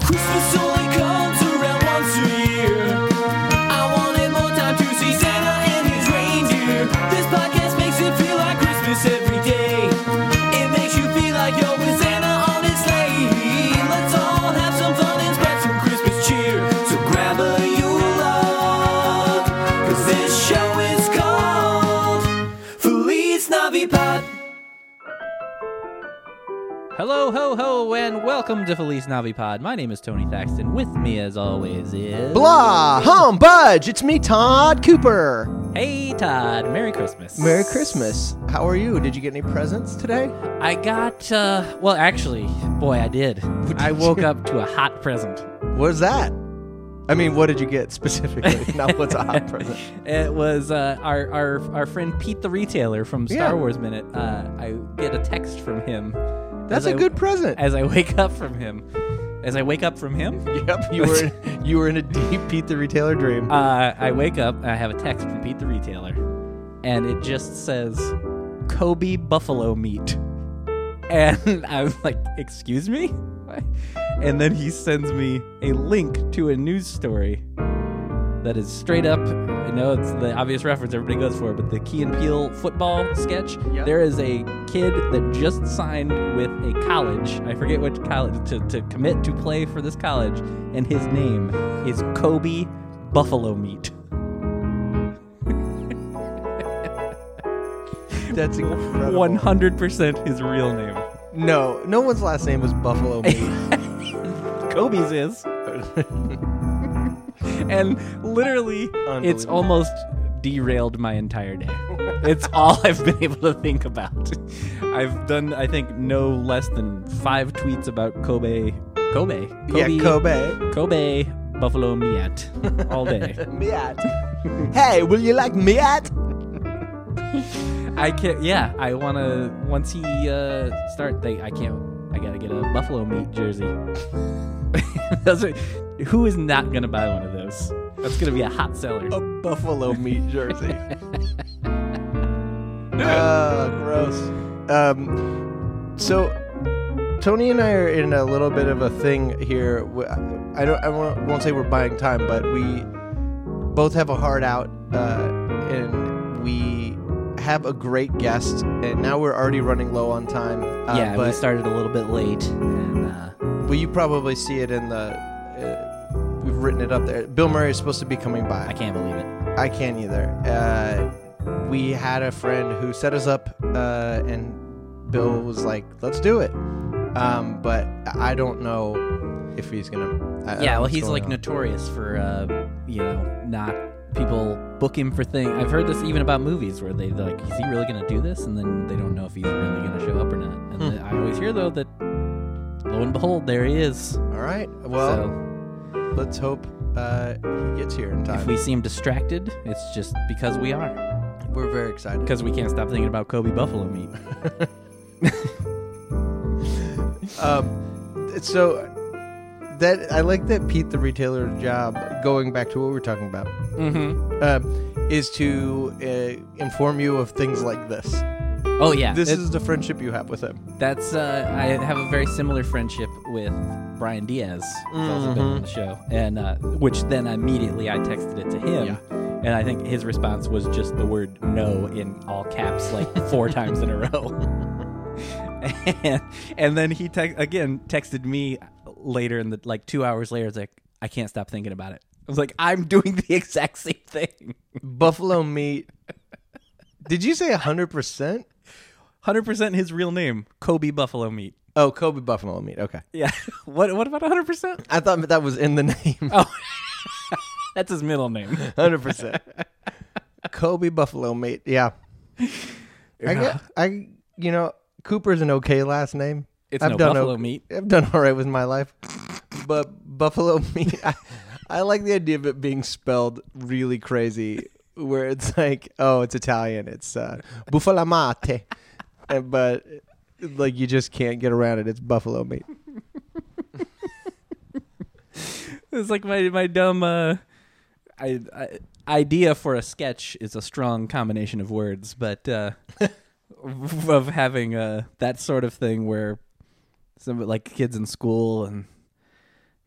Christmas only comes around once a year. I wanted more time to see Santa and his reindeer. This podcast makes it feel like Christmas every day. It makes you feel like you're with Santa on his sleigh. Let's all have some fun and spread some Christmas cheer. So grab a Yule log, 'cause this show is called Feliz Navipod. Hello, ho, ho, and welcome to Felice Navipod. My name is Tony Thaxton. With me, as always, is Blah, hum, budge. It's me, Todd Cooper. Hey, Todd. Merry Christmas. Merry Christmas. How are you? Did you get any presents today? I got. uh Well, actually, boy, I did. I woke up to a hot present. What is that? I mean, what did you get specifically? Not what's a hot present. It was uh, our our our friend Pete the retailer from Star Yeah. Wars Minute. Uh, I get a text from him. That's as a I- good present. As I wake up from him, as I wake up from him, Yep, you were you were in a deep Pete the Retailer dream. Uh, I wake up and I have a text from Pete the retailer, and it just says Kobe buffalo meat, and I was like, "Excuse me," and then he sends me a link to a news story that is straight up. I know it's the obvious reference everybody goes for, but the Key and Peele football sketch. Yeah. There is a kid that just signed with a college. I forget which college to, to commit to play for this college, and his name is Kobe Buffalo Meat. That's incredible. One hundred percent his real name. No, no one's last name was Buffalo Meat. Kobe's is, and literally, it's Unbelievable. almost derailed my entire day. It's all I've been able to think about. I've done, I think, no less than five tweets about Kobe, Kobe, Kobe, Yeah, Kobe. Kobe Buffalo Meat all day. Miat. hey, will you like Miat? I can't. Yeah, I want to. Once he uh, start, they, I can't. I gotta get a buffalo meat jersey. Those are, who is not gonna buy one of those? That's gonna be a hot seller. A Buffalo Meat jersey. Oh, gross. Um, so Tony and I are in a little bit of a thing here. W- I don't. I won't won't say we're buying time, but we both have a heart out, uh, and we have a great guest. And now we're already running low on time. Uh, yeah, we but started a little bit late. And, uh, well, you probably see it in the. Uh, we've written it up there. Bill Murray is supposed to be coming by. I can't believe it. I can't either. Uh, we had a friend who set us up, uh, and Bill was like, "Let's do it," um, but I don't know if he's gonna. I- I don't yeah, know well, what's he's going like on. notorious for uh, you know not people book him for things. I've heard this even about movies where they like, is he really gonna do this? And then they don't know if he's really gonna show up or not. And Hmm. then I always hear though that lo and behold, there he is. All right. Well, so. let's hope uh, he gets here in If time. we seem distracted, it's just because we are. We, are very excited. Because we can't stop thinking about Kobe Buffalo meat. Um, so that I like that Pete the retailer job. Going back to what we were talking about, mm-hmm. uh, is to uh, inform you of things like this. Oh yeah, This It- is the friendship you have with him. that's. Uh, I have a very similar friendship with Brian Diaz, who's also been on the show, and uh, which then immediately I texted it to him, and I think his response was just the word "no" in all caps like four times in a row. and, and then he text again texted me later in the like two hours later. It's like I can't stop thinking about it. I was like, I'm doing the exact same thing. Buffalo meat. Did you say 100%? Hundred percent his real name, Kobe Buffalo Meat. Oh, Kobe Buffalo meat. Okay. Yeah. What? What about hundred percent? I thought that was in the name. Oh, that's his middle name. 100%. Kobe Buffalo meat. Yeah. I, get, I, you know, Cooper's an okay last name. It's no Buffalo meat. I've done all right with my life. But Buffalo meat, I, I like the idea of it being spelled really crazy, where it's like, oh, it's Italian. It's uh, Buffalo mate. And, but, like, you just can't get around it. It's Buffalo meat. It's like my my dumb uh, I, I, idea for a sketch is a strong combination of words, but uh, of having uh, that sort of thing where some like kids in school and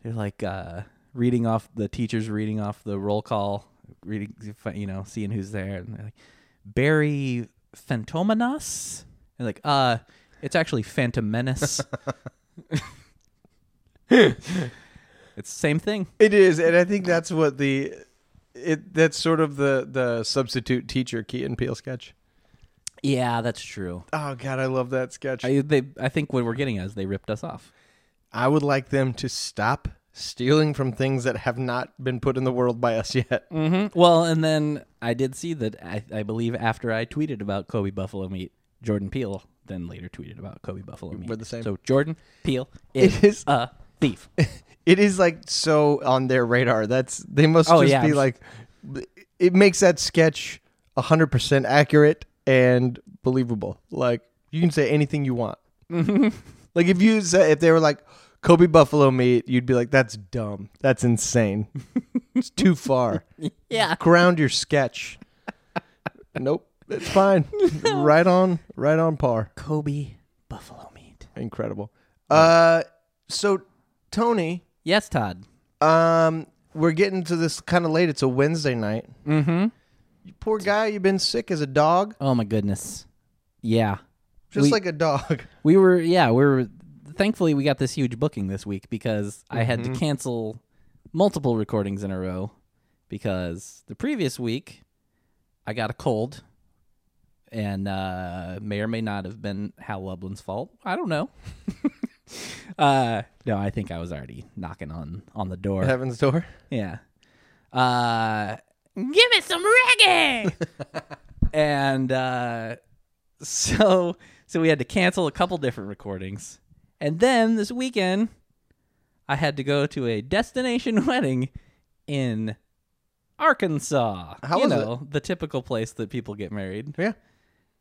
they're like uh, reading off the teachers reading off the roll call, reading you know seeing who's there, and they're like Barry Phantomenas, and like uh, it's actually Phantom Menace. it's the same thing. It is, and I think that's what the it that's sort of the the substitute teacher Key and Peele sketch. Yeah, that's true. Oh God, I love that sketch. I, I, they, I think what we're getting at is they ripped us off. would like them to stop stealing from things that have not been put in the world by us yet. Mm-hmm. Well, and then I did see that I, I believe after I tweeted about Kobe Buffalo meat, Jordan Peele then later tweeted about Kobe Buffalo meat. We're the same. So Jordan Peele It is, is- a thief. It is like so on their radar. That's they must Oh, just yeah, be I'm like. It makes that sketch hundred percent accurate and believable. Like you can say anything you want. Like if you say, if they were like Kobe Buffalo meat, you'd be like, "That's dumb. That's insane. it's too far. yeah. Ground your sketch." nope, it's fine. right on, right on par. Kobe Buffalo meat. Incredible. Uh, so Tony, Yes, Todd. um, we're getting to this kind of late. It's a Wednesday night. Mm-hmm. You poor guy, you've been sick as a dog, Oh my goodness. Yeah. just We- like a dog. We were yeah, we were thankfully we got this huge booking this week because I had to cancel multiple recordings in a row because the previous week I got a cold and uh may or may not have been Hal Lublin's fault. I don't know. uh no, I think I was already knocking on on the door. Heaven's door. Yeah. Uh, Give me some reggae. and uh, so so we had to cancel a couple different recordings. And then this weekend I had to go to a destination wedding in Arkansas. How you was know, the typical place that people get married. Yeah.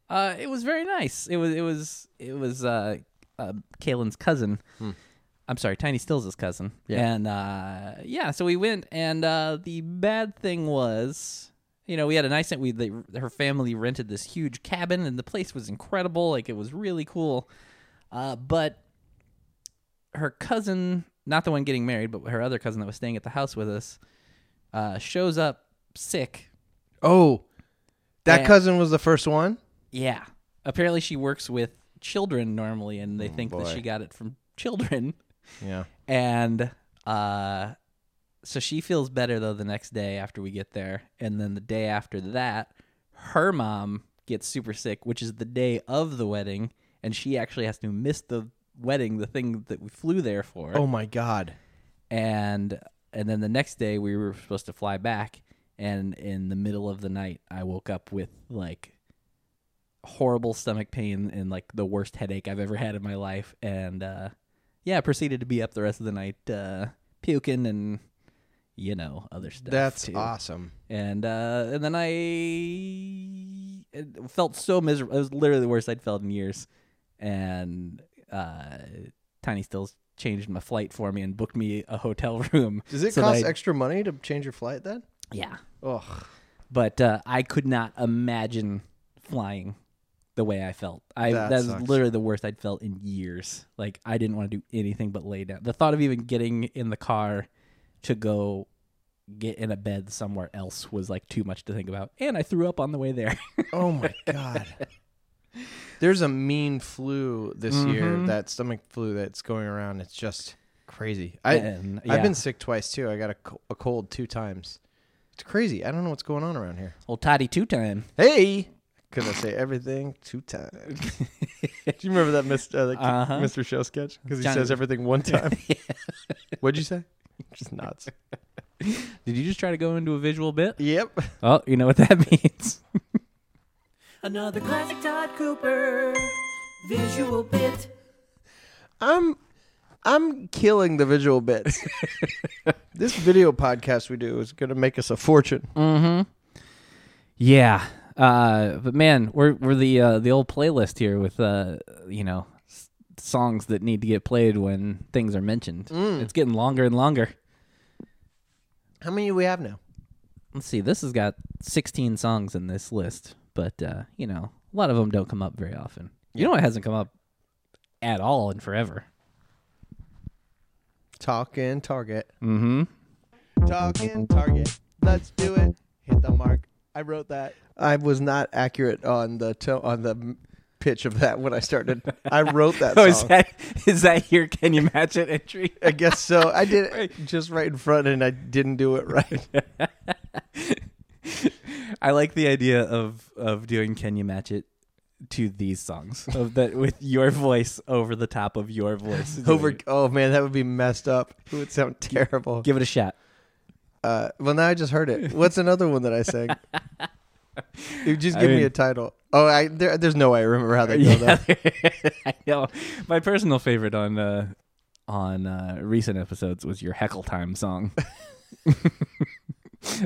Uh, it was very nice. It was it was it was uh, uh Kaylin's cousin. I'm sorry, Tiny Stills' cousin. Yeah. And uh, yeah, so we went, and uh, the bad thing was, you know, we had a nice we they, her family rented this huge cabin, and the place was incredible. Like it was really cool, uh, but her cousin, not the one getting married, but her other cousin that was staying at the house with us, uh, shows up sick Oh, that Yeah. cousin was the first one. Yeah. Apparently, she works with children normally, and they think boy. that she got it from children. Yeah. And uh, so she feels better, though, the next day after we get there. And then the day after that, her mom gets super sick, which is the day of the wedding. And she actually has to miss the wedding, the thing that we flew there for Oh my God. and and then the next day we were supposed to fly back and in the middle of the night i woke up with like horrible stomach pain and like the worst headache i've ever had in my life and uh yeah I proceeded to be up the rest of the night uh puking and you know other stuff That's too. awesome. and uh and then i it felt so miserable it was literally the worst i'd felt in years and uh tiny stills changed my flight for me and booked me a hotel room Does it so that cost I- extra money to change your flight then? yeah Ugh. but uh i could not imagine flying the way i felt i That that was sucks. literally the worst i'd felt in years like i didn't want to do anything but lay down the thought of even getting in the car to go get in a bed somewhere else was like too much to think about and i threw up on the way there Oh my god. There's a mean flu this year, that stomach flu that's going around. It's just crazy. I And, yeah. I've been sick twice too. I got a, co- a cold two times. It's crazy. I don't know what's going on around here. Old Toddy Two Time. Hey, cuz I say everything two times. Do you remember that Mr. Uh, that kid- Uh-huh. Mr. Show sketch cuz he Johnny- says everything one time? What'd you say? Just nuts. Did you just try to go into a visual bit? yep. Oh, you know what that means. Another classic Todd Cooper visual bit. I'm I'm killing the visual bits. this video podcast we do is gonna make us a fortune. yeah. Uh, but man, we're we're the uh, the old playlist here with uh, you know s- songs that need to get played when things are mentioned. It's getting longer and longer. How many do we have now? Let's see. This has got 16 songs in this list, but uh, you know, a lot of them don't come up very often. You know what hasn't come up at all in forever? Talking Target. Mm-hmm. Talking Target. Let's do it. Hit the mark. I wrote that. I was not accurate on the to- on the m- pitch of that when I started. I wrote that song. Oh, is that is that your can you match it entry? I guess so. I did it just right in front, and I didn't do it right. I like the idea of of doing can you match it to these songs of that with your voice over the top of your voice. Over. Oh man, that would be messed up. It would sound terrible. Give it a shot. Uh, well, now I just heard it. What's another one that I sang? You just I give me mean- a title. Oh, I there, there's no way I remember how they go though. I know. My personal favorite on uh, on uh, recent episodes was your heckle time song.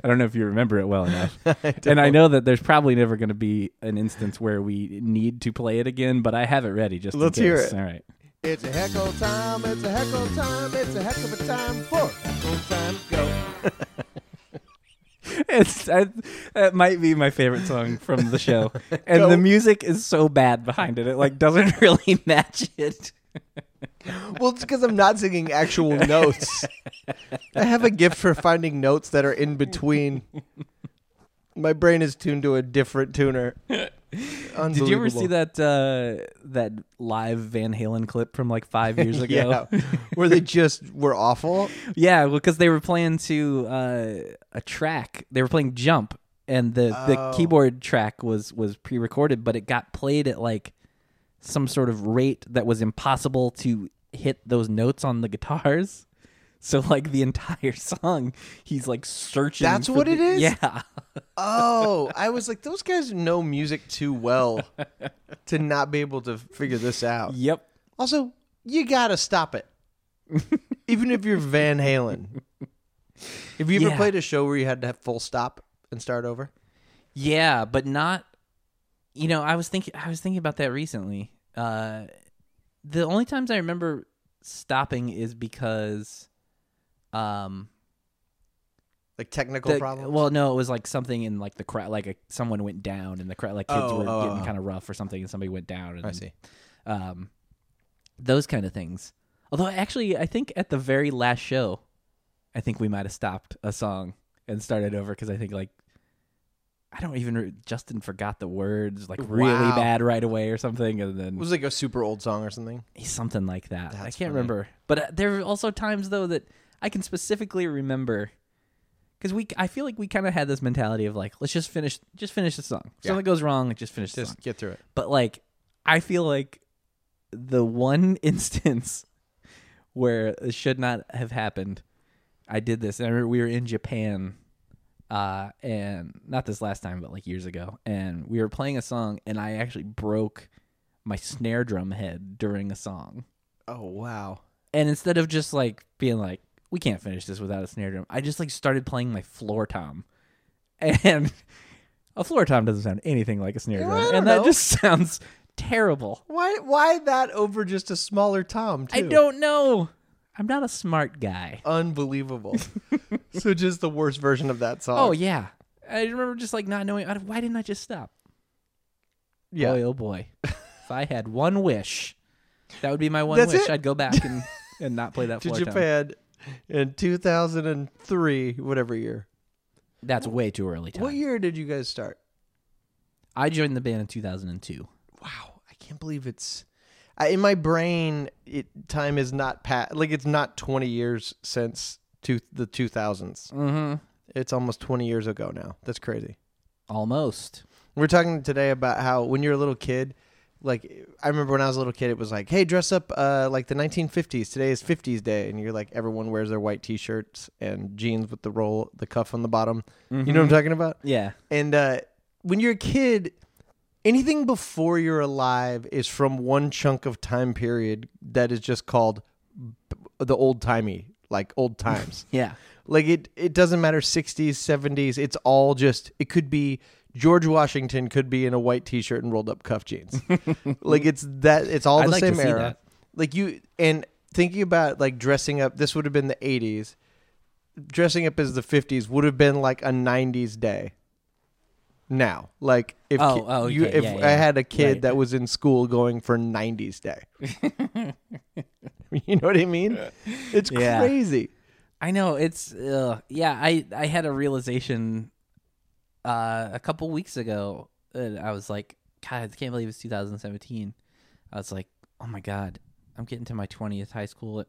I don't know if you remember it well enough. and I know that there's probably never going to be an instance where we need to play it again, but I have it ready just in Let's hear case. it. All right. It's a heckle time. It's a heckle time. It's a heck of a time for heckle time. Go. It's I, that might be my favorite song from the show. And the music is so bad behind it. It like doesn't really match it. Well, it's because I'm not singing actual notes. I have a gift for finding notes that are in between. My brain is tuned to a different tuner. Did you ever see Unbelievable. that uh, that live Van Halen clip from like oh. five years ago? Yeah, where they just were awful. yeah, well, because they were playing to uh, a track. They were playing Jump, and the, the Oh. keyboard track was was pre recorded, but it got played at like some sort of rate that was impossible to hit those notes on the guitars. So like the entire song, he's like searching. That's for what the- it is? Yeah, Oh, I was like, those guys know music too well to not be able to figure this out. yep. Also, you gotta stop it. Even if you're Van Halen. Have you ever Yeah. played a show where you had to have full stop and start over? Yeah, but not. You know, I was thinking. I was thinking about that recently. Uh, the only times I remember stopping is because, um, Like technical the- problems? well, no, it was like something in like the crowd, like a, someone went down and the crowd, like kids Oh, were oh, getting oh. kind of rough or something, and somebody went down. And I then, see. Um, those kind of things. Although, actually, I think at the very last show, I think we might have stopped a song and started over because I think like I don't even re- Justin forgot the words like really Wow. bad right away or something, and then It was like a super old song or something. something like that. I can't That's funny. remember. But uh, there are also times though that I can specifically remember because we I feel like we kind of had this mentality of like let's just finish just finish the song. If Yeah. something goes wrong, like, just finish the song. Just get through it. But like I feel like the one instance where it should not have happened, I did this. And I remember we were in Japan uh and not this last time but like years ago and we were playing a song and I actually broke my snare drum head during a song. Oh wow. And instead of just like being like, we can't finish this without a snare drum, I just like started playing my floor tom. And a floor tom doesn't sound anything like a snare Yeah, I drum. don't And that know. just sounds terrible. Why why that over just a smaller tom too? I don't know. I'm not a smart guy. unbelievable. so just the worst version of that song. Oh, yeah. I remember just like not knowing I- why didn't I just stop? yeah. Boy, oh boy. if I had one wish, that would be my one That's wish. it? I'd go back and, and not play that to floor tom. Japan in 2003, whatever year. That's way too early time. What year did you guys start? I joined the band in 2002. Wow, I can't believe it's I, in my brain. It time is not pat like it's not 20 years since two, the 2000s. Mm-hmm. It's almost 20 years ago now. That's crazy. Almost. We We're talking today about how when you're a little kid, like I remember when I was a little kid, it was like, hey, dress up uh, like the 1950s. Today is 50s day, and you're like, everyone wears their white t-shirts and jeans with the roll, the cuff on the bottom. You know what I'm talking about? Yeah. And uh, when you're a kid, anything before you're alive is from one chunk of time period that is just called b- the old timey, like old times. Yeah. Like it, it doesn't matter 60s, 70s. It's all just, it could be George Washington could be in a white t shirt and rolled up cuff jeans. like it's that, it's all I'd the like to same see era. that. Like you, and thinking about like dressing up, this would have been the 80s. Dressing up as the 50s would have been like a 90s day. Now, like if Oh, ki- oh, you, okay, if yeah, I yeah. had a kid Right. that was in school going for 90s day, you know what I mean? It's Yeah. crazy. I know it's uh, yeah. I I had a realization uh, a couple weeks ago. And I was like, God, I can't believe it's 2017. I was like, Oh my God, I'm getting to my 20th high school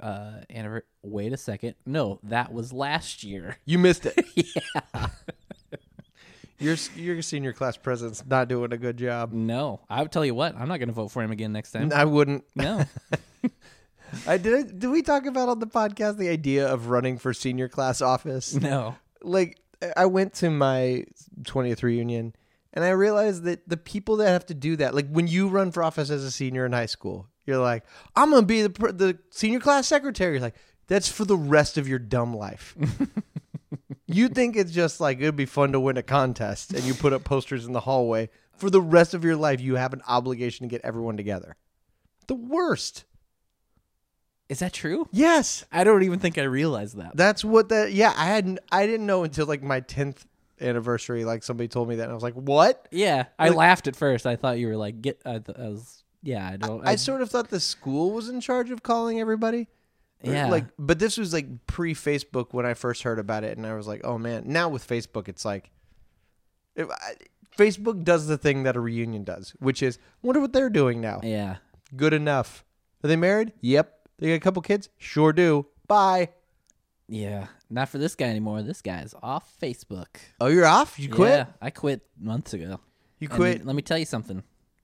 uh, anniversary. Wait a second, no, that was last year. You missed it. yeah. Your s- your senior class president's not doing a good job. No, I would tell you what, I'm not going to vote for him again next time. I wouldn't. No, I did. Did we talk about on the podcast the idea of running for senior class office? no. like I went to my 20th reunion and I realized that the people that have to do that, like when you run for office as a senior in high school, you're like, I'm going to be the, pr- the senior class secretary. You're like, that's for the rest of your dumb life. you think it's just like, it'd be fun to win a contest and you put up posters in the hallway. For the rest of your life, you have an obligation to get everyone together. The worst. Is that true? Yes. I don't even think I realized that. That's what that. Yeah, I hadn't. I didn't know until like my tenth anniversary. Like somebody told me that, and I was like, "What?" Yeah, I Like- laughed at first. I thought you were like, get. I, th- I was. Yeah, I don't. I sort of thought the school was in charge of calling everybody. Or, Yeah. Like, but this was like pre Facebook when I first heard about it, and I was like, "Oh man!" Now with Facebook, it's like, if I, Facebook does the thing that a reunion does, which is, wonder what they're doing now. yeah. Good enough. Are they married? Yep. They got a couple kids? Sure do. Bye. Yeah, not for this guy anymore. This guy's off Facebook. Oh, you're off. You quit. Yeah, I quit months ago. You And quit. let me tell you something.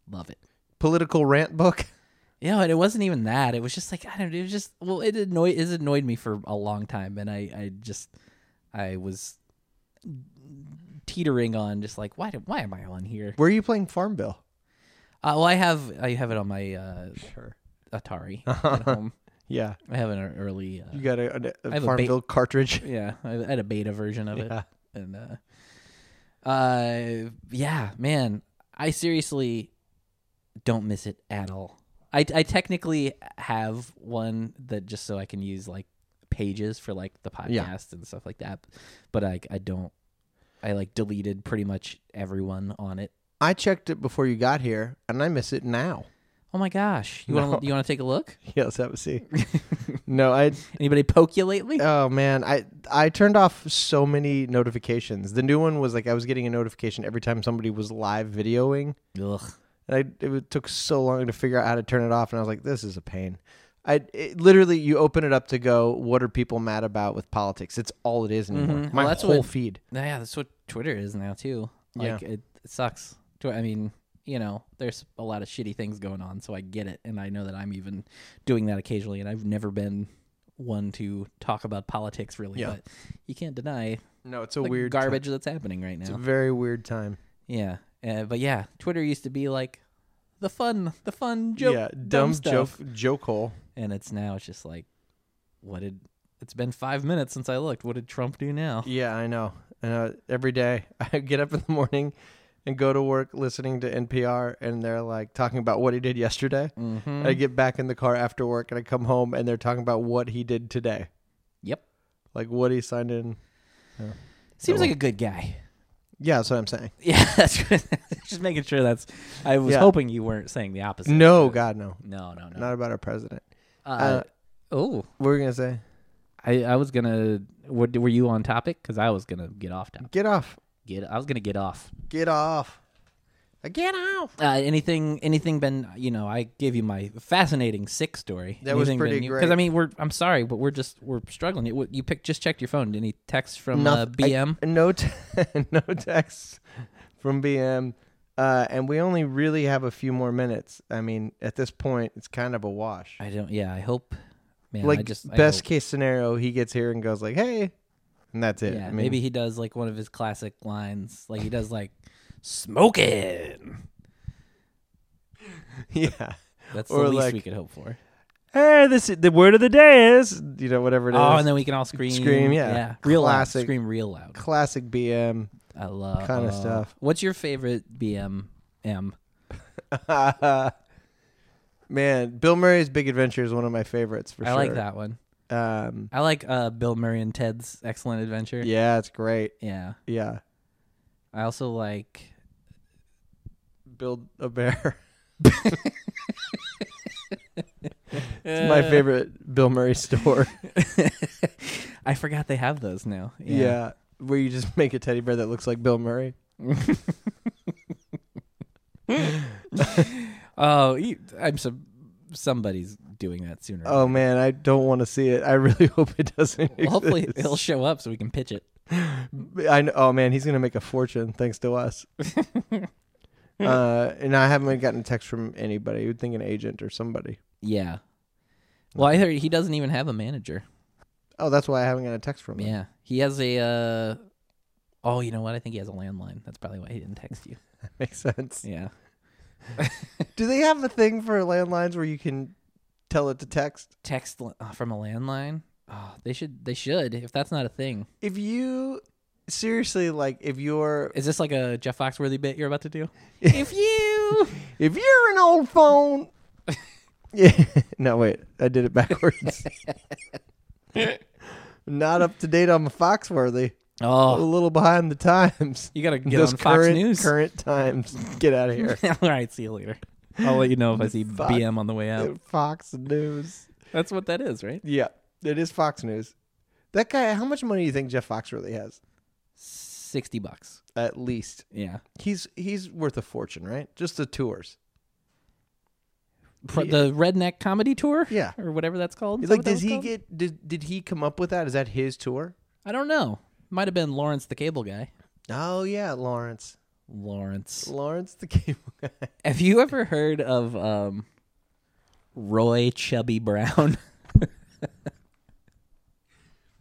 Love it. Political rant book. You know, and it wasn't even that. It was just like I don't. know. It was just well, it annoyed. It annoyed me for a long time, and I, I just, I was teetering on just like why, do, why am I on here? Where are you playing Farmville? Uh, well, I have, I have it on my uh, sure Atari at home. Yeah. I have an ear- early. Uh, You got a, an- a have a Farmville cartridge. yeah, I had a beta version of it. Yeah. And uh uh yeah, man, I seriously don't miss it at all. I I technically have one that just so I can use like pages for like the podcast Yeah. and stuff like that, but I I don't I like deleted pretty much everyone on it. I checked it before you got here, and I miss it now. Oh my gosh. You No. want to you want to take a look? Yes, that was see. no, I. Anybody poke you lately? Oh man, I I turned off so many notifications. The new one was like I was getting a notification every time somebody was live videoing, Ugh. and I it took so long to figure out how to turn it off. And I was like, this is a pain. I it, literally, you open it up to go. What are people mad about with politics? It's all it is anymore. Mhm. My Well, that's whole what- feed. Yeah, that's what Twitter is now too. Like it, it sucks. Tw- I mean, you know, there's a lot of shitty things going on, so I get it, and I know that I'm even doing that occasionally, and I've never been one to talk about politics really, Yeah. but you can't deny No, it's a the weird time. garbage that's happening right It's a now. very weird time. yeah, uh, but yeah, Twitter used to be like the fun, the fun joke, yeah, dumb, dumb, joke stuff, joke hole. and it's now it's just like, what did? It's been five minutes since I looked. What did Trump do now? Yeah, I know. I know. Every day I get up in the morning and go to work listening to NPR, and they're like talking about what he did yesterday. Mm-hmm. I get back in the car after work and I come home, and they're talking about what he did today, Yep, like what he signed in. seems like a good guy. Yeah, that's what I'm saying. Yeah, that's good. just making sure that's. I was Yeah. hoping you weren't saying the opposite. No, God, no, no, no, no. not about our president. uh, uh, oh, What were you gonna say? I, I was gonna. What were you on topic? Because I was gonna get off topic. Get off, Get. I was gonna get off. get off, Uh, get off. Uh, anything? Anything been? You know, I gave you my fascinating sick story. That was pretty Because I great. mean, we're. I'm sorry, but we're just we're struggling. You, you picked. Just checked your phone. Any text from uh, Noth- I- BM? no, t- no texts from BM, uh, and we only really have a few more minutes. I mean, at this point, it's kind of a wash. I, don't. Yeah, I hope. Man, like I just I best hope. case scenario, he gets here and goes like, "Hey," and that's it. Yeah, I mean, maybe he does like one of his classic lines. Like he does like smoking. yeah. That's Or, the least like, we could hope for. Hey, this is, the word of the day is you know whatever it is. Oh, and then we can all scream. Scream, yeah. Real Classic. loud. Scream real loud. classic BM. I love uh, Kinda stuff. What's your favorite BMM? Man, Bill Murray's Big Adventure is one of my favorites for I sure. like that one. that. Um, I like uh, Bill Murray and Ted's Excellent Adventure. yeah, it's great. Yeah. Yeah, I also like. build a bear. It's Uh. my favorite Bill Murray store. I forgot they have those now. Yeah. where you just make a teddy bear that looks like Bill Murray. Oh, you, I'm some somebody's doing that sooner. Oh man, I don't want to see it. I really hope it doesn't. well, hopefully exist. it'll show up so we can pitch it. I know, oh man, he's gonna make a fortune thanks to us. uh, and I haven't gotten a text from anybody. You'd think an agent or somebody. Yeah. Well, I heard he doesn't even have a manager. Oh, that's why I haven't gotten a text from him. Yeah, he has a. uh Oh, you know what? I think he has a landline. That's probably why he didn't text you. Makes sense. Yeah. Do they have a thing for landlines where you can tell it to text? text li- uh, from a landline. Oh, they should. They should. If that's not a thing, If you seriously like, if you're is this like a Jeff Foxworthy bit you're about to do? if you, if you're an old phone, yeah. No, wait, I did it backwards. Not up to date on my Foxworthy. A oh, little behind the times. you gotta get Those on Fox current, News. Current times. Get out of here. All right, see you later. I'll let you know if I see Fuck. BM on the way out. Fox News. That's what that is, right? Yeah, it is Fox News. That guy, how much money do you think Jeff Fox really has? Sixty bucks. At least Yeah, he's he's worth a fortune, right? Just the tours. Pro- the Redneck Comedy Tour. Yeah. or whatever that's called. Is that like, what that does was he called? get? Did did he come up with that? Is that his tour? I don't know. Might have been Lawrence the Cable Guy. Oh yeah, Lawrence. Lawrence. Lawrence the cable guy. Have you ever heard of um, Roy Chubby Brown?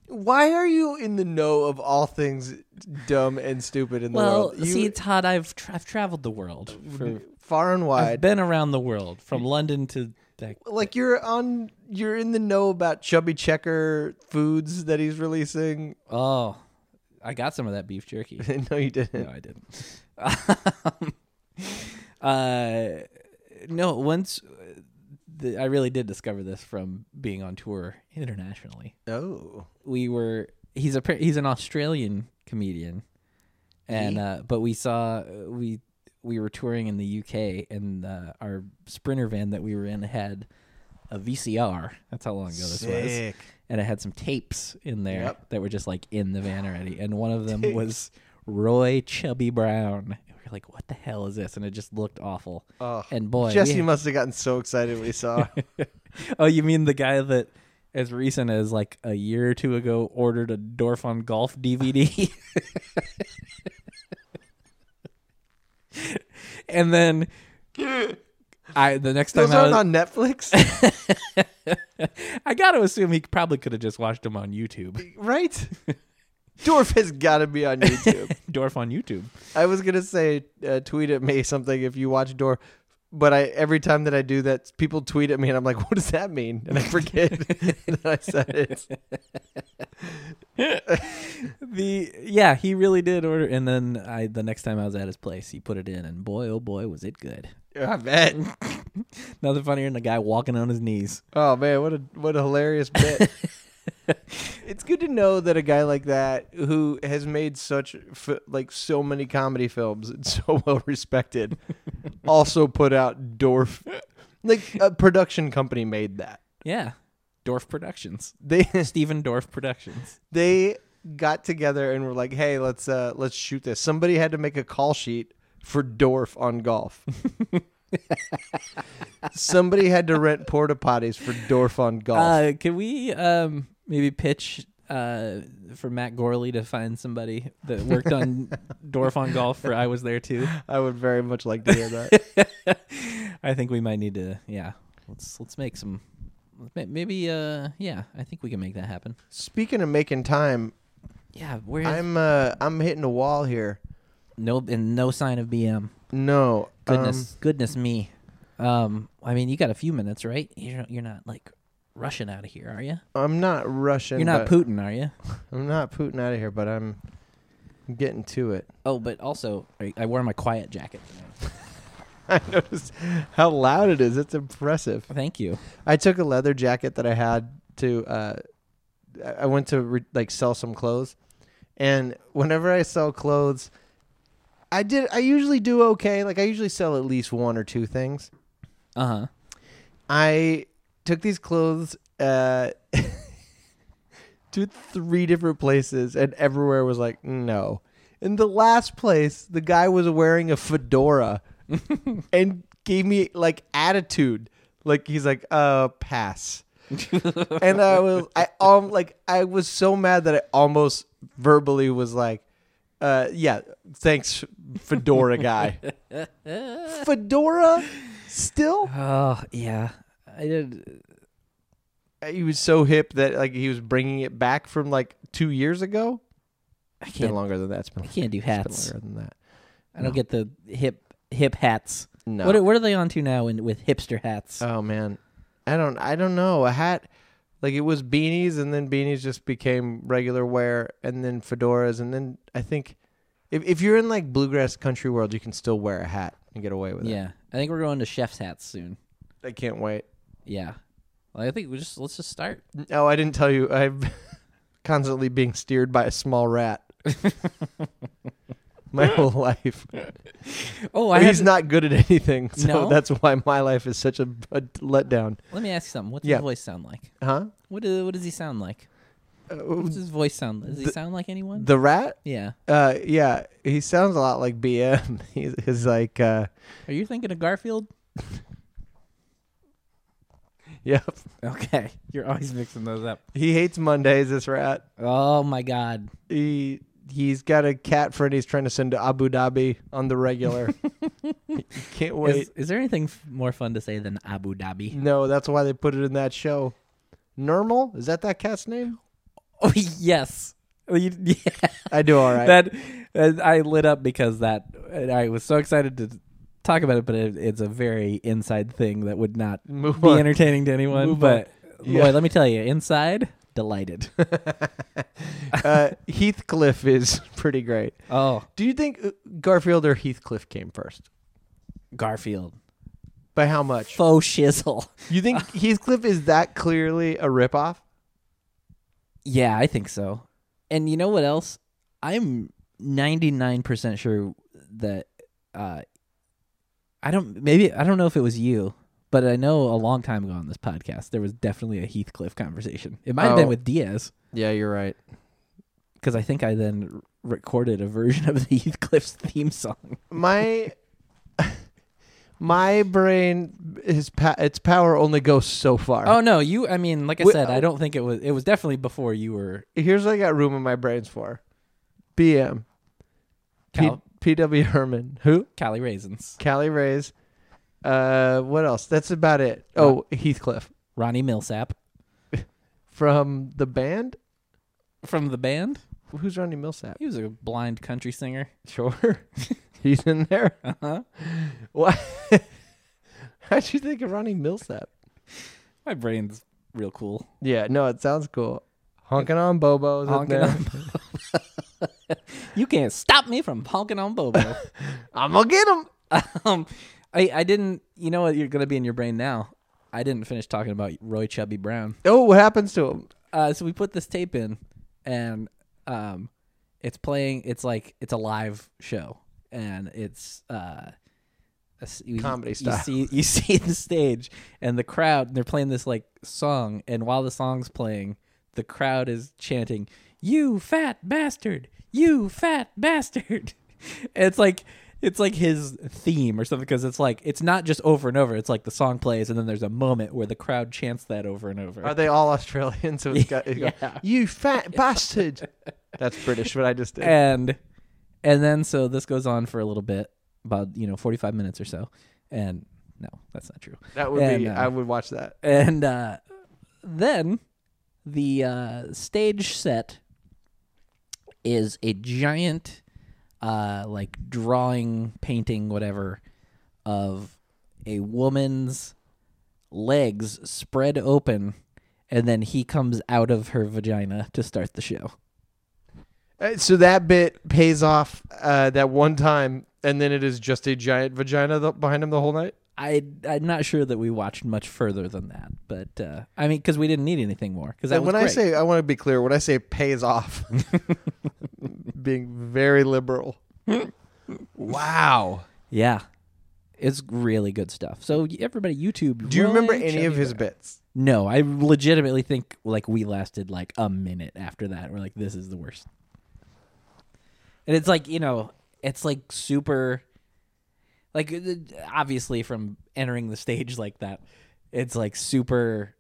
Why are you in the know of all things dumb and stupid in the Well, world? You, see, Todd, I've tra- I've traveled the world. For, far and I've wide. been around the world from London to that. like you're on you're in the know about chubby checker foods that he's releasing Oh, I got some of that beef jerky. no you didn't No, I didn't. uh, no, once uh, the, I really did discover this from being on tour internationally. oh we were he's a par- he's an Australian comedian, and uh, but we saw uh, we we were touring in the UK and uh, our sprinter van that we were in had a VCR. That's how long ago this Sick. was, and it had some tapes in there Yep. that were just like in the van already, and one of them was Roy Chubby Brown. And we were like, "What the hell is this?" And it just looked awful. Oh, and boy, we jesse had- must have gotten so excited when he saw oh, you mean the guy that as recent as like a year or two ago ordered a Dorf on Golf DVD? and then I the next time those I aren't was, on netflix I got to assume he probably could have just watched him on YouTube. right Dorf has got to be on YouTube. Dorf on YouTube. I was gonna say, uh, tweet at me something if you watch Dorf, but I every time that I do that, people tweet at me, and I'm like, "What does that mean?" And I forget that I said it. The yeah, he really did order and then I the next time I was at his place, he put it in and boy oh boy was it good. I bet. Nothing funnier than a guy walking on his knees. Oh man, what a what a hilarious bit. it's good to know that a guy like that who has made such f- like so many comedy films and so well respected also put out Dorf like a production company made that. Yeah. Dorf Productions. They Steven Dorf Productions. they got together and were like, "Hey, let's uh let's shoot this." Somebody had to make a call sheet for Dorf on golf. Somebody had to rent porta potties for Dorf on golf. Uh, can we um, maybe pitch uh, for Matt Gorley to find somebody that worked on Dorf on Golf for I Was There Too? I would very much like to hear that. I think we might need to, yeah. Let's let's make some, ma- maybe, uh, yeah. I think we can make that happen. Speaking of making time, Yeah, we're I'm uh I'm hitting a wall here. no and no sign of BM. No, um, Goodness, goodness me. Um, I mean, you got a few minutes, right? You're you're not like rushing out of here, are you? I'm not rushing. You're not but- Putin, are you? I'm not Putin out of here, but I'm getting to it. Oh, but also, I, I wore my quiet jacket. Tonight. I noticed how loud it is. It's impressive. Thank you. I took a leather jacket that I had to. Uh, I- I went to re- like sell some clothes, and whenever I sell clothes, I did. I usually do Uh-huh. okay. Like I usually sell at least one or two things. Uh huh. I took these clothes uh, to three different places, and everywhere was like, no. In the last place, the guy was wearing a fedora and gave me like attitude. Like he's like, uh, pass. and I was, I um, like, I was so mad that I almost verbally was like, uh, yeah, thanks, fedora guy. fedora, still. Oh yeah, I did. he was so hip that like he was bringing it back from like two years ago. I It's been can't. longer than that. It's been, I can't do it's hats. been longer than that. I don't get the hip hip hats. No. What are, what are they on to now in, with hipster hats? Oh man, I don't. I don't know. A hat, like it was beanies, and then beanies just became regular wear, and then fedoras, and then I think if if you're in like bluegrass country world, you can still wear a hat and get away with it. yeah, I think we're going to chef's hats soon. I can't wait. Yeah, Well, I think we just let's just start. Oh, I didn't tell you. I'm constantly being steered by a small rat. My whole life. Oh, I he's had- not good at anything, so No? that's why my life is such a, a letdown. Let me ask you something. What's Yeah. his voice sound like? Huh? What do, what does he sound like? Uh, What's his voice sound? Does he sound like anyone? the rat? yeah. Uh, yeah, he sounds a lot like BM. He's, he's like, uh, Are you thinking of Garfield? yep. Okay, you're always mixing those up. He hates Mondays. This rat. Oh my God. He he's got a cat friend. He's trying to send to Abu Dhabi on the regular. He can't wait. Is, is there anything f- more fun to say than Abu Dhabi? no, that's why they put it in that show. Normal is that that cat's name? Oh yes. Well, you- yeah. I do all right. that uh, I lit up because that and I was so excited to talk about it, but it, it's a very inside thing that would not Move be on. entertaining to anyone. Move but Yeah. boy, let me tell you, inside delighted. uh, Heathcliff is pretty great. oh, Do you think uh, Garfield or Heathcliff came first? Garfield, By how much? faux shizzle. You think Heathcliff is that clearly a ripoff? Yeah, I think so. And you know what else? I'm 99% sure that uh I don't maybe I don't know if it was you, but I know a long time ago on this podcast there was definitely a Heathcliff conversation. It might have Oh. been with Diaz Yeah, you're right. because I think I then r- recorded a version of the Heathcliff's theme song. My my brain his pa- its power only goes so far. Oh no, you I mean like I Wh- said, I don't think it was it was definitely before you were Here's what I got room in my brains for. BM. P- Cal- PW Herman. Who? Cali Raisins. Callie Rays. Uh what else? That's about it. Oh, Heathcliff Ronnie Millsap from the band? from the band. Who's Ronnie Millsap? He was a blind country singer. Sure. He's in there. Uh-huh. Why? How'd you think of Ronnie Millsap? My brain's real cool. Yeah, no, it sounds cool. Honking on Bobo's in Honking there. on Bobo. you can't stop me from honking on Bobo. I'm gonna get him. um, I, I didn't. You know what? You're gonna be in your brain now. I didn't finish talking about Roy Chubby Brown. Oh, what happens to him? Uh, so we put this tape in, and um, it's playing. It's like it's a live show, and it's uh, a s- you, Comedy you style. see, you see the stage and the crowd, and they're playing this like song, and while the song's playing, the crowd is chanting, "You fat bastard! You fat bastard!" And it's like. It's like his theme or something because it's like it's not just over and over. It's like the song plays and then there's a moment where the crowd chants that over and over. Are they all Australians? So it's got, it's got, Yeah. you fat bastard. That's British. What I just did. and and then so this goes on for a little bit about you know 45 minutes or so and no that's not true that would be. and, uh, I would watch that. and uh then the uh stage set is a giant uh like drawing painting whatever of a woman's legs spread open and then he comes out of her vagina to start the show Uh, So that bit pays off uh, that one time, and then it is just a giant vagina th- behind him the whole night. I I'm not sure that we watched much further than that, but uh, I mean, because we didn't need anything more. Because And when I say, I want to be clear. When I say pays off, being very liberal. wow. yeah, it's really good stuff. So y- everybody, YouTube. Do you Roy remember any Chubby of his Bear. bits? No, I legitimately think like we lasted like a minute after that. We're like, this is the worst. And it's like, you know, it's like super like it- obviously from entering the stage like that, it's like super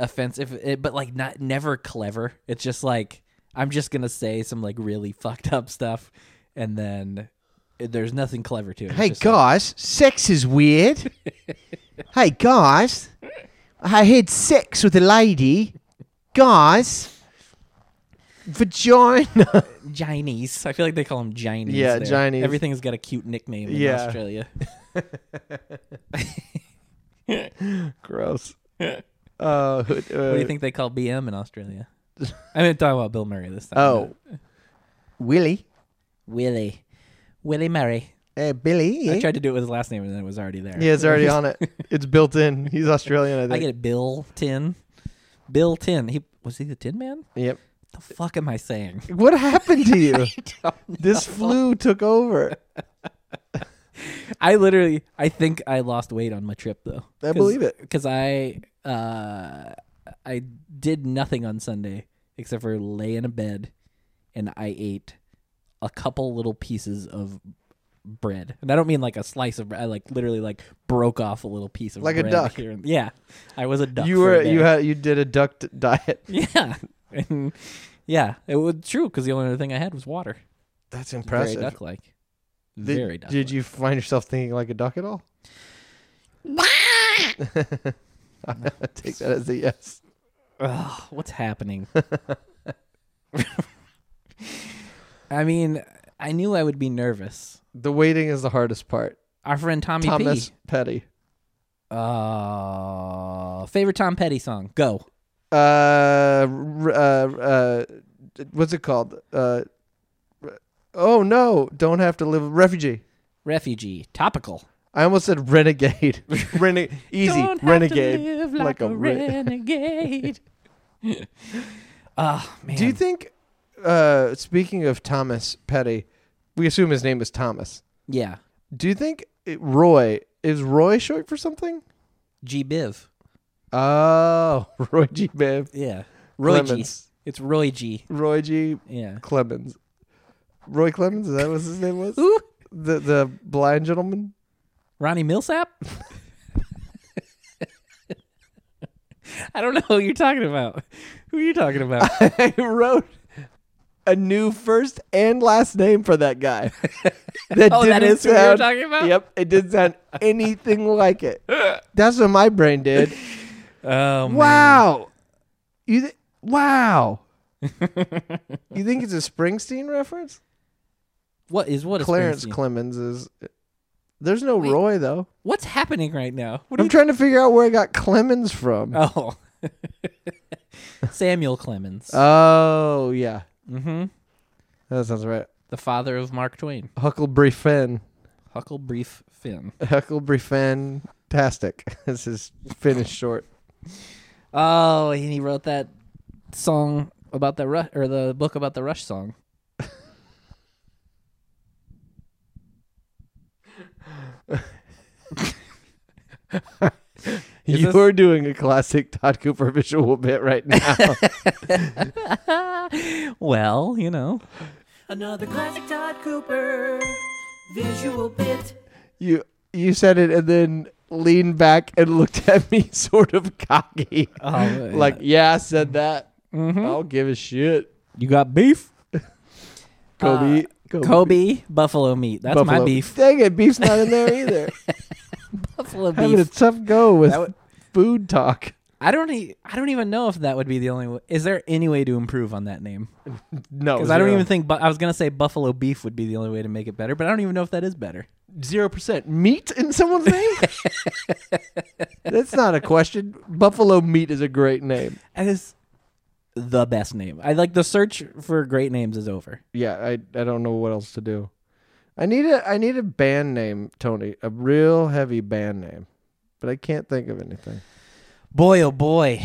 offensive, it- but like not never clever. It's just like I'm just going to say some like really fucked up stuff and then it- there's nothing clever to it. It's Hey uh, just like- guys, sex is weird. hey guys, I had sex with a lady. Guys, vagina. Chinese. I feel like they call them Chinese. Yeah, there. Chinese. Everything's got a cute nickname in Yeah. Australia. Gross. uh, who- What do uh, you think they call BM in Australia? I mean, talking about Bill Murray this time. Oh, Willie, Willie, Willie Murray. uh, Billy. I Yeah. tried to do it with his last name, and then it was already there. yeah, it's already on it. It's built in. He's Australian, I think. I get it. Bill Tin. Bill Tin. He was he the Tin Man? Yep. What the fuck am I saying? What happened to you? don't this flu took over. I literally, I think I lost weight on my trip though. I believe it. because I, uh, I did nothing on Sunday except for lay in a bed, and I ate a couple little pieces of bread, and I don't mean like a slice of bread. I like literally like broke off a little piece of Like a bread duck. Here and, yeah, I was a duck. you for a were day. you had you did a duck d- diet. yeah, and yeah, it was true because the only other thing I had was water. That's Very impressive. duck like. Did, Very duck. did you find yourself thinking like a duck at all? Take that as a yes. Ugh, what's happening? I mean, I knew I would be nervous. The waiting is the hardest part. Our friend Tommy Thomas P. Petty. Uh, favorite Tom Petty song? Go. Uh, r- uh, uh, what's it called? Uh, r- oh no! Don't have to live. Refugee. Refugee. Topical. I almost said renegade. Rene- easy. Don't have to renegade. live like, a, re- renegade. Ah man. Do you think? Uh, speaking of Thomas Petty, we assume his name is Thomas. yeah. Do you think it, Roy is Roy short for something? G Biv. Oh, Roy G. Biv. Yeah. Roy G. Clemens. It's Roy G. Roy G. Yeah. Clemens. Roy Clemens. Is that what his name was? Ooh. The the blind gentleman. Ronnie Millsap? I don't know who you're talking about. Who are you talking about? I wrote a new first and last name for that guy. That Oh, that didn't is who we were talking about? Yep, it didn't sound anything like it. That's what my brain did. Oh, Wow, you th- wow. you think it's a Springsteen reference? What is what is Clarence Springsteen? Clemens is. There's no Roy though. What's happening right now? What are I'm you trying to figure out where I got Clemens from. Oh. Samuel Clemens. oh yeah, mm-hmm. that sounds right. The father of Mark Twain. Huckleberry Finn. Huckle Brief Finn. Huckleberry Finn. Tastic. This is finished short. Oh, and he wrote that song about the Rush or the book about the Rush song. Is you this- are doing a classic Todd Cooper visual bit right now. Well, you know. Another classic Todd Cooper visual bit. you you said it and then leaned back and looked at me sort of cocky. Oh, like, yeah, Mm-hmm. I said that. Mhm. I don't give a shit. You got beef? Uh, Kobe. Uh, Kobe. Kobe, buffalo meat. That's my Buffalo. beef. Dang it, beef's not in there either. Buffalo Having a beef. tough go with That would- food talk. I don't. E- I don't even know if that would be the only. way. Is there any way to improve on that name? No, Because I don't zero. even think. Bu- I was gonna say buffalo beef would be the only way to make it better, but I don't even know if that is better. zero percent meat in someone's name. That's not a question. Buffalo meat is a great name. That is the best name. I like the search for great names is over. Yeah, I I don't know what else to do. I need a I need a band name, Tony. A real heavy band name. But I can't think of anything. Boy, oh boy,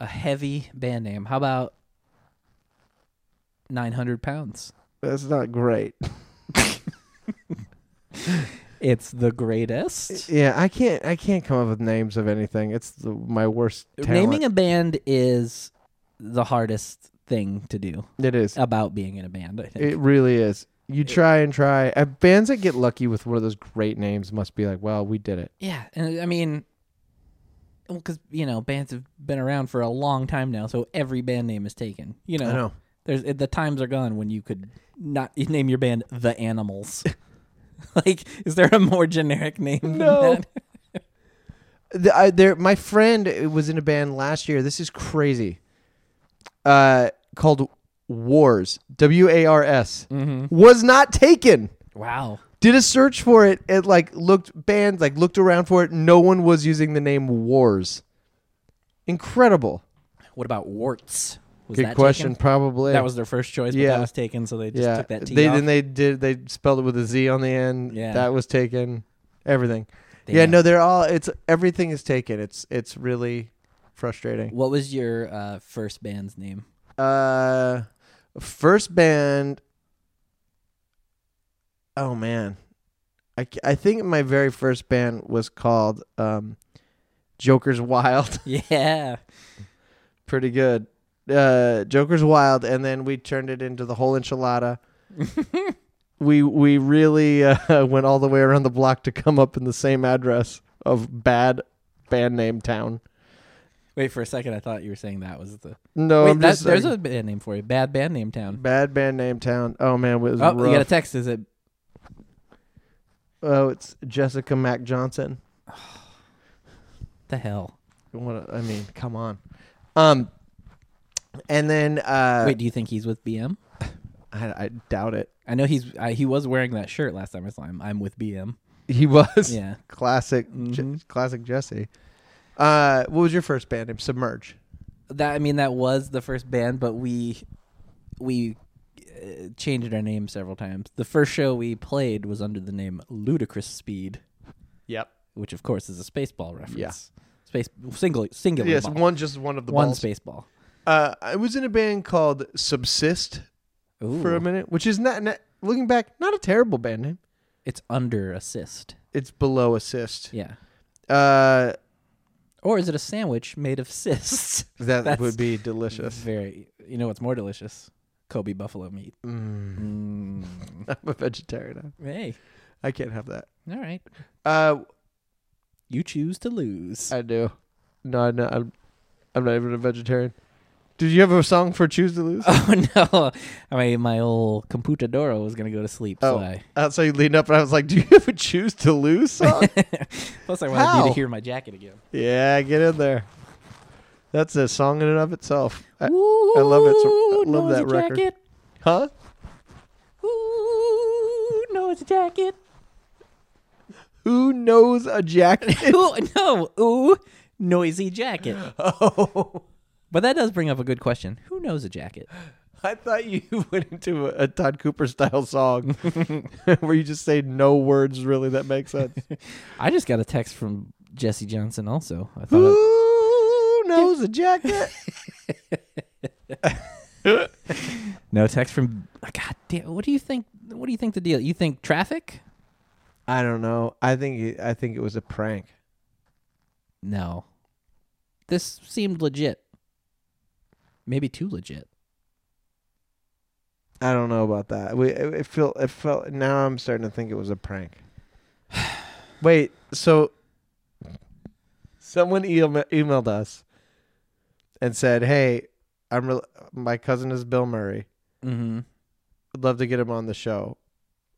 a heavy band name. How about nine hundred pounds? That's not great. It's the greatest. Yeah, I can't. I can't come up with names of anything. It's the, my worst. Talent. Naming a band is the hardest thing to do it is. about being in a band. I think. It really is. You try and try. Uh, bands that get lucky with one of those great names must be like, well, we did it. yeah, and I mean, because you know bands have been around for a long time now, so every band name is taken. You know, know. there's the times are gone when you could not you name your band the Animals. like, is there a more generic name? No. than that? The, I, there, my friend uh, was in a band last year. This is crazy. Uh, called Wars. W A R S. Mm-hmm. Was not taken. Wow. Did a search for it. It like looked bands like looked around for it. No one was using the name Wars. Incredible. What about warts? Was Good that question. taken? Probably That was their first choice, but Yeah. that was taken, so they just yeah. took that T they off. then they did they spelled it with a Z on the end. Yeah. that was taken. Everything. Yeah, Damn. no, they're all. It's everything is taken. It's it's really frustrating. What was your uh, first band's name? Uh, first band. Oh man, I c- I think my very first band was called um, Joker's Wild. Yeah. Pretty good. Uh, Joker's Wild, and then we turned it into the whole enchilada. we we really uh, went all the way around the block to come up in the same address of bad band name town. Wait for a second. I thought you were saying that was the. No, Wait, I'm that- just there's uh, a band name for you. Bad band name town. bad band name town. Oh man, it was Oh, rough. you got a text. Is it? oh, it's Jessica Mac Johnson. The hell. What a, I mean, come on. Um, and then uh, Wait, do you think he's with BM? I, I doubt it. I know he's. I, he was wearing that shirt last time I saw him. I'm with BM. He was Yeah. classic, Je- Mhm. classic Jesse. Uh, what was your first band name? Submerge. That I mean, that was the first band, but we we uh, changed our name several times. The first show we played was under the name Ludicrous Speed, Yep. which of course is a Spaceball reference. Yeah. Space single singular. Yes, ball. one just one of the one balls. Spaceball. Uh, I was in a band called Subsist Ooh. for a minute, which is not, not looking back, not a terrible band name. It's under assist. It's below assist. Yeah. Uh, Or is it a sandwich made of cysts? that That's- would be delicious. Very. You know what's more delicious? Kobe buffalo meat. Mm. I'm a vegetarian. Hey. I can't have that. All right. Uh, You choose to lose. I do. No, I know. I'm, I'm not even a vegetarian. Did you have a song for Choose to Lose? oh no! I mean, my old computadora was gonna go to sleep. So Oh. I, Uh, so you leaned up and I was like, Do you have a Choose to Lose song? plus, I wanted you How? to hear my jacket again. yeah, get in there. That's a song in and of itself. I, I love it. So, I Ooh, love that noisy record. Jacket. Huh? Ooh, noisy jacket. Who knows a jacket? Ooh, no. Ooh, noisy jacket. oh, But that does bring up a good question. Who knows a jacket? I thought you went into a, a Todd Cooper style song where you just say no words really that make sense. I just got a text from Jesse Johnson. Also, I thought it- Who knows a jacket? no text from. God damn! What do you think? What do you think the deal? You think traffic? I don't know. I think it- I think it was a prank. No. This seemed legit. Maybe too legit. I don't know about that. We it, it felt it felt now I'm starting to think it was a prank. Wait, so someone email, emailed us and said, "Hey, I'm re- my cousin is Bill Murray. Mm-hmm. Would love to get him on the show."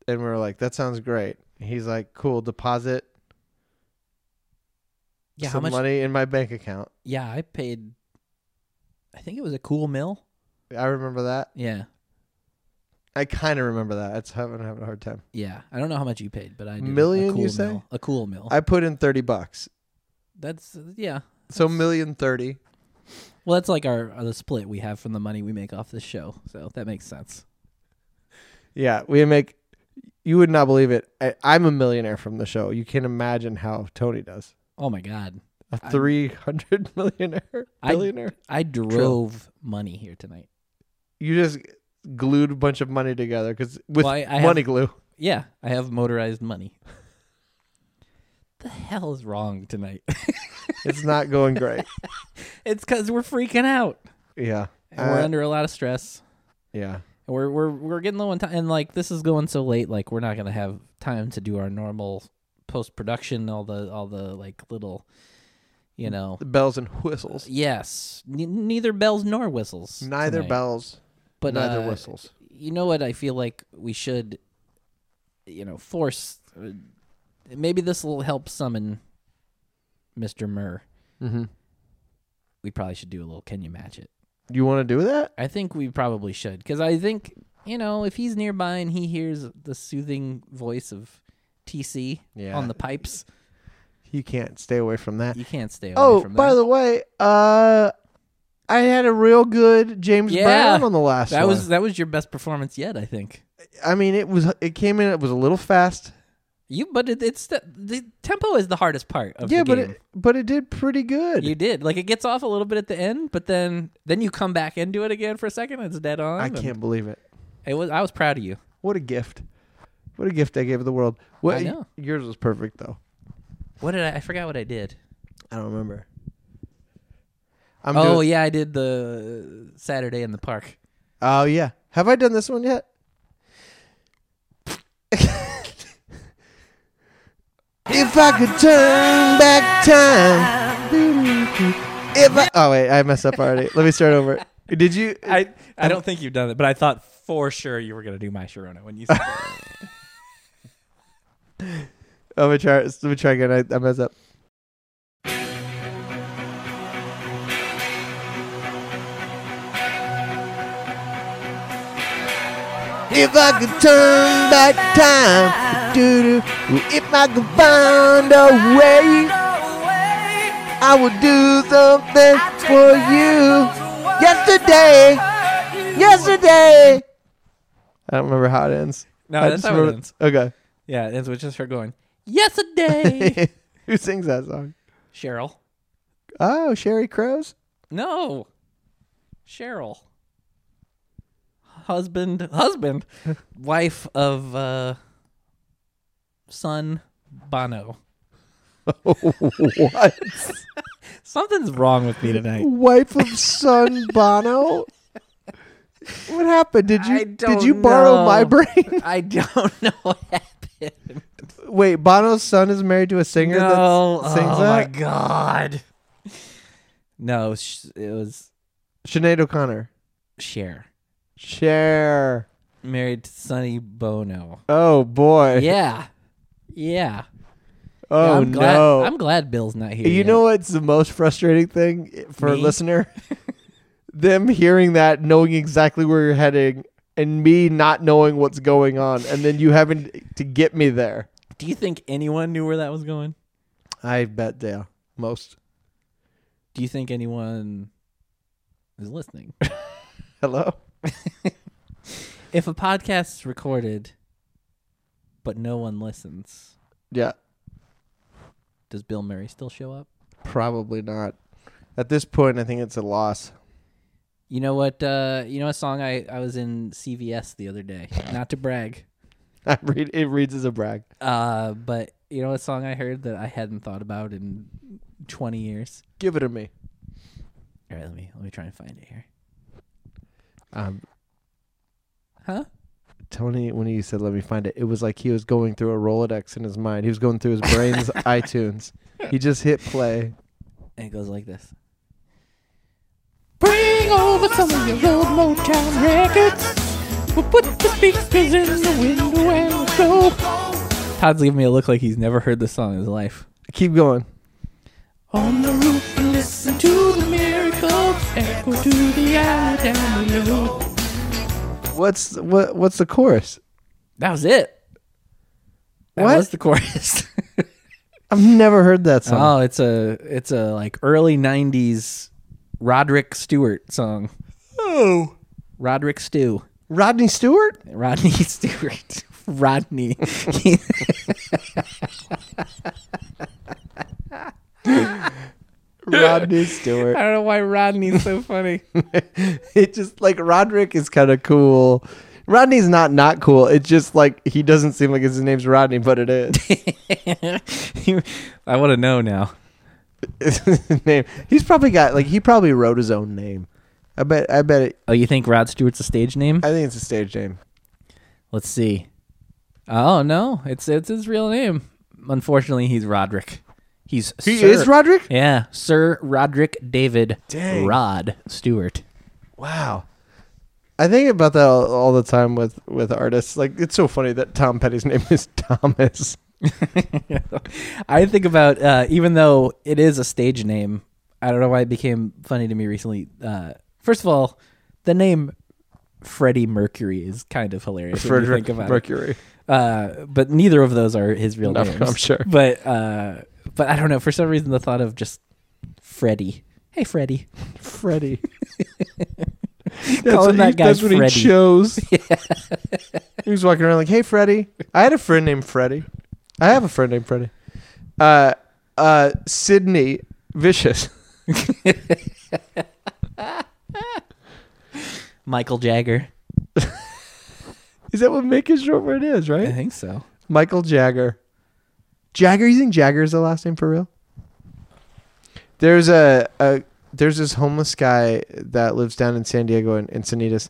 And we were like, "That sounds great." He's like, "Cool, deposit Yeah. some how much? money in my bank account." Yeah, I paid. I think it was a cool mill. I remember that. Yeah. I kind of remember that. It's having having a hard time. Yeah. I don't know how much you paid, but I did Million, A you cool say? Mill. A cool mill. I put in 30 bucks. that's uh, yeah. So million 30. Well, that's like our uh, the split we have from the money we make off this show, so that makes sense. Yeah, we make. You would not believe it. I, I'm a millionaire from the show. You can't imagine how Tony does. Oh my god. A 300 millionaire I- billionaire. I drove money here tonight. you just glued a bunch of money together because with Well, I- I money glue. Yeah, I have motorized money. the hell is wrong tonight? It's not going great. it's because we're freaking out. yeah. And we're Uh, under a lot of stress. yeah. And We're we're we're getting low on time, and like this is going so late, like we're not gonna have time to do our normal post production, all the all the like little, you know. The bells and whistles. Yes, N- neither bells nor whistles. Neither tonight. bells, but neither uh, whistles. You know what? I feel like we should, you know, force. Uh, maybe this will help summon Mister Murr. Mm-hmm. We probably should do a little. Can you match it? You want to do that? I think we probably should because I think you know if he's nearby and he hears the soothing voice of TC Yeah. on the pipes, You can't stay away from that. you can't stay away Oh, from that. by the way, uh, I had a real good James Yeah. Brown on the last that one. was that was your best performance yet, I think. I mean, it was. It came in. It was a little fast. You, but it, it's the, the tempo is the hardest part of yeah, the but game. it, but it did pretty good. you did like it gets off a little bit at the end, but then then you come back into it again for a second. It's dead on. I and can't believe it. It was. I was proud of you. What a gift! What a gift I gave the world. What, I know. Yours was perfect though. What did I? I forgot what I did. I don't remember. I'm oh doing- yeah, I did the Saturday in the park. oh yeah. Have I done this one yet? if I could turn back time. If I, oh wait, I messed up already. Let me start over. Did you? I I don't think you've done it, but I thought for sure you were gonna do my Sharona when you said it. Oh, let me try. Let me try again. I, I messed up. If I could turn back time, doo-doo. if I could find a way, I would do something for you. Yesterday, yesterday. I don't remember how it ends. No, I that's just how it remember- ends. Okay. Yeah, it was just her going yesterday, Who sings that song? Cheryl. Oh, Sherry Crows. No, Cheryl. Husband, husband, wife of uh, son Bono. what? Something's wrong with me tonight. Wife of son Bono. What happened? Did I you did don't you borrow my know. brain? I don't know what happened. Wait, Bono's son is married to a singer No, that sings oh my that. god. No, sh- it was Sinead O'Connor. Cher Cher. married to Sonny Bono. Oh boy. Yeah, yeah. Oh I'm glad, no. I'm glad Bill's not here. You yet. know what's the most frustrating thing for a Me? listener? Them hearing that, knowing exactly where you're heading, and me not knowing what's going on, and then you having to get me there. Do you think anyone knew where that was going? I bet yeah, most. Do you think anyone is listening? Hello. if a podcast's recorded, but no one listens, Yeah, does Bill Murray still show up? probably not. At this point, I think it's a loss. You know what? Uh, you know a song I, I was in CVS the other day. Not to brag, I read it reads as a brag. uh, but you know a song I heard that I hadn't thought about in twenty years. Give it to me. All right, let me let me try and find it here. Um, Huh? Tony, when he said "Let me find it," it was like he was going through a Rolodex in his mind. He was going through his brain's iTunes. He just hit play. And it goes like this. Bring over some of your old Motown records. We'll put the speakers in the window and we'll go. Todd's giving me a look like he's never heard this song in his life. Keep going. On the roof and listen to the miracles. Echo to the alley down below. What's what? What's the chorus? That was it. That What? was the chorus. I've never heard that song. oh, it's a it's a like early '90s Roderick Stewart song. Oh, Roderick Stew. Rodney Stewart. Rodney Stewart. Rodney. Rodney I Stewart. don't know why Rodney's so funny. it just like Roderick is kind of cool. Rodney's not not cool. It's just like he doesn't seem like his name's Rodney, but it is. I want to know now. It's his name. He's probably got like he probably wrote his own name. I bet. I bet it. Oh, you think Rod Stewart's a stage name? I think it's a stage name. Let's see. Oh no, it's it's his real name. Unfortunately, he's Roderick. He's He Sir- is Roderick. Yeah, Sir Roderick David Dang. Rod Stewart. Wow. I think about that all, all the time with with artists. Like it's so funny that Tom Petty's name is Thomas. I think about uh, even though it is a stage name, I don't know why it became funny to me recently. Uh, first of all, the name Freddie Mercury is kind of hilarious when you think about it. Mercury. Uh, but neither of those are his real No, names. I'm sure. But uh, but I don't know. For some reason, the thought of just Freddie. Hey, Freddie. Freddie. Calling what that he, guy that's what Freddy. he chose. he was walking around like, "Hey, Freddie." I had a friend named Freddie. I have a friend named Freddie. Uh, uh, Sydney Vicious. Michael Jagger. Is that what make it short word is? I Right? think so. Michael Jagger. Jagger. You think Jagger is the last name for real? There's a, a there's this homeless guy that lives down in San Diego in Encinitas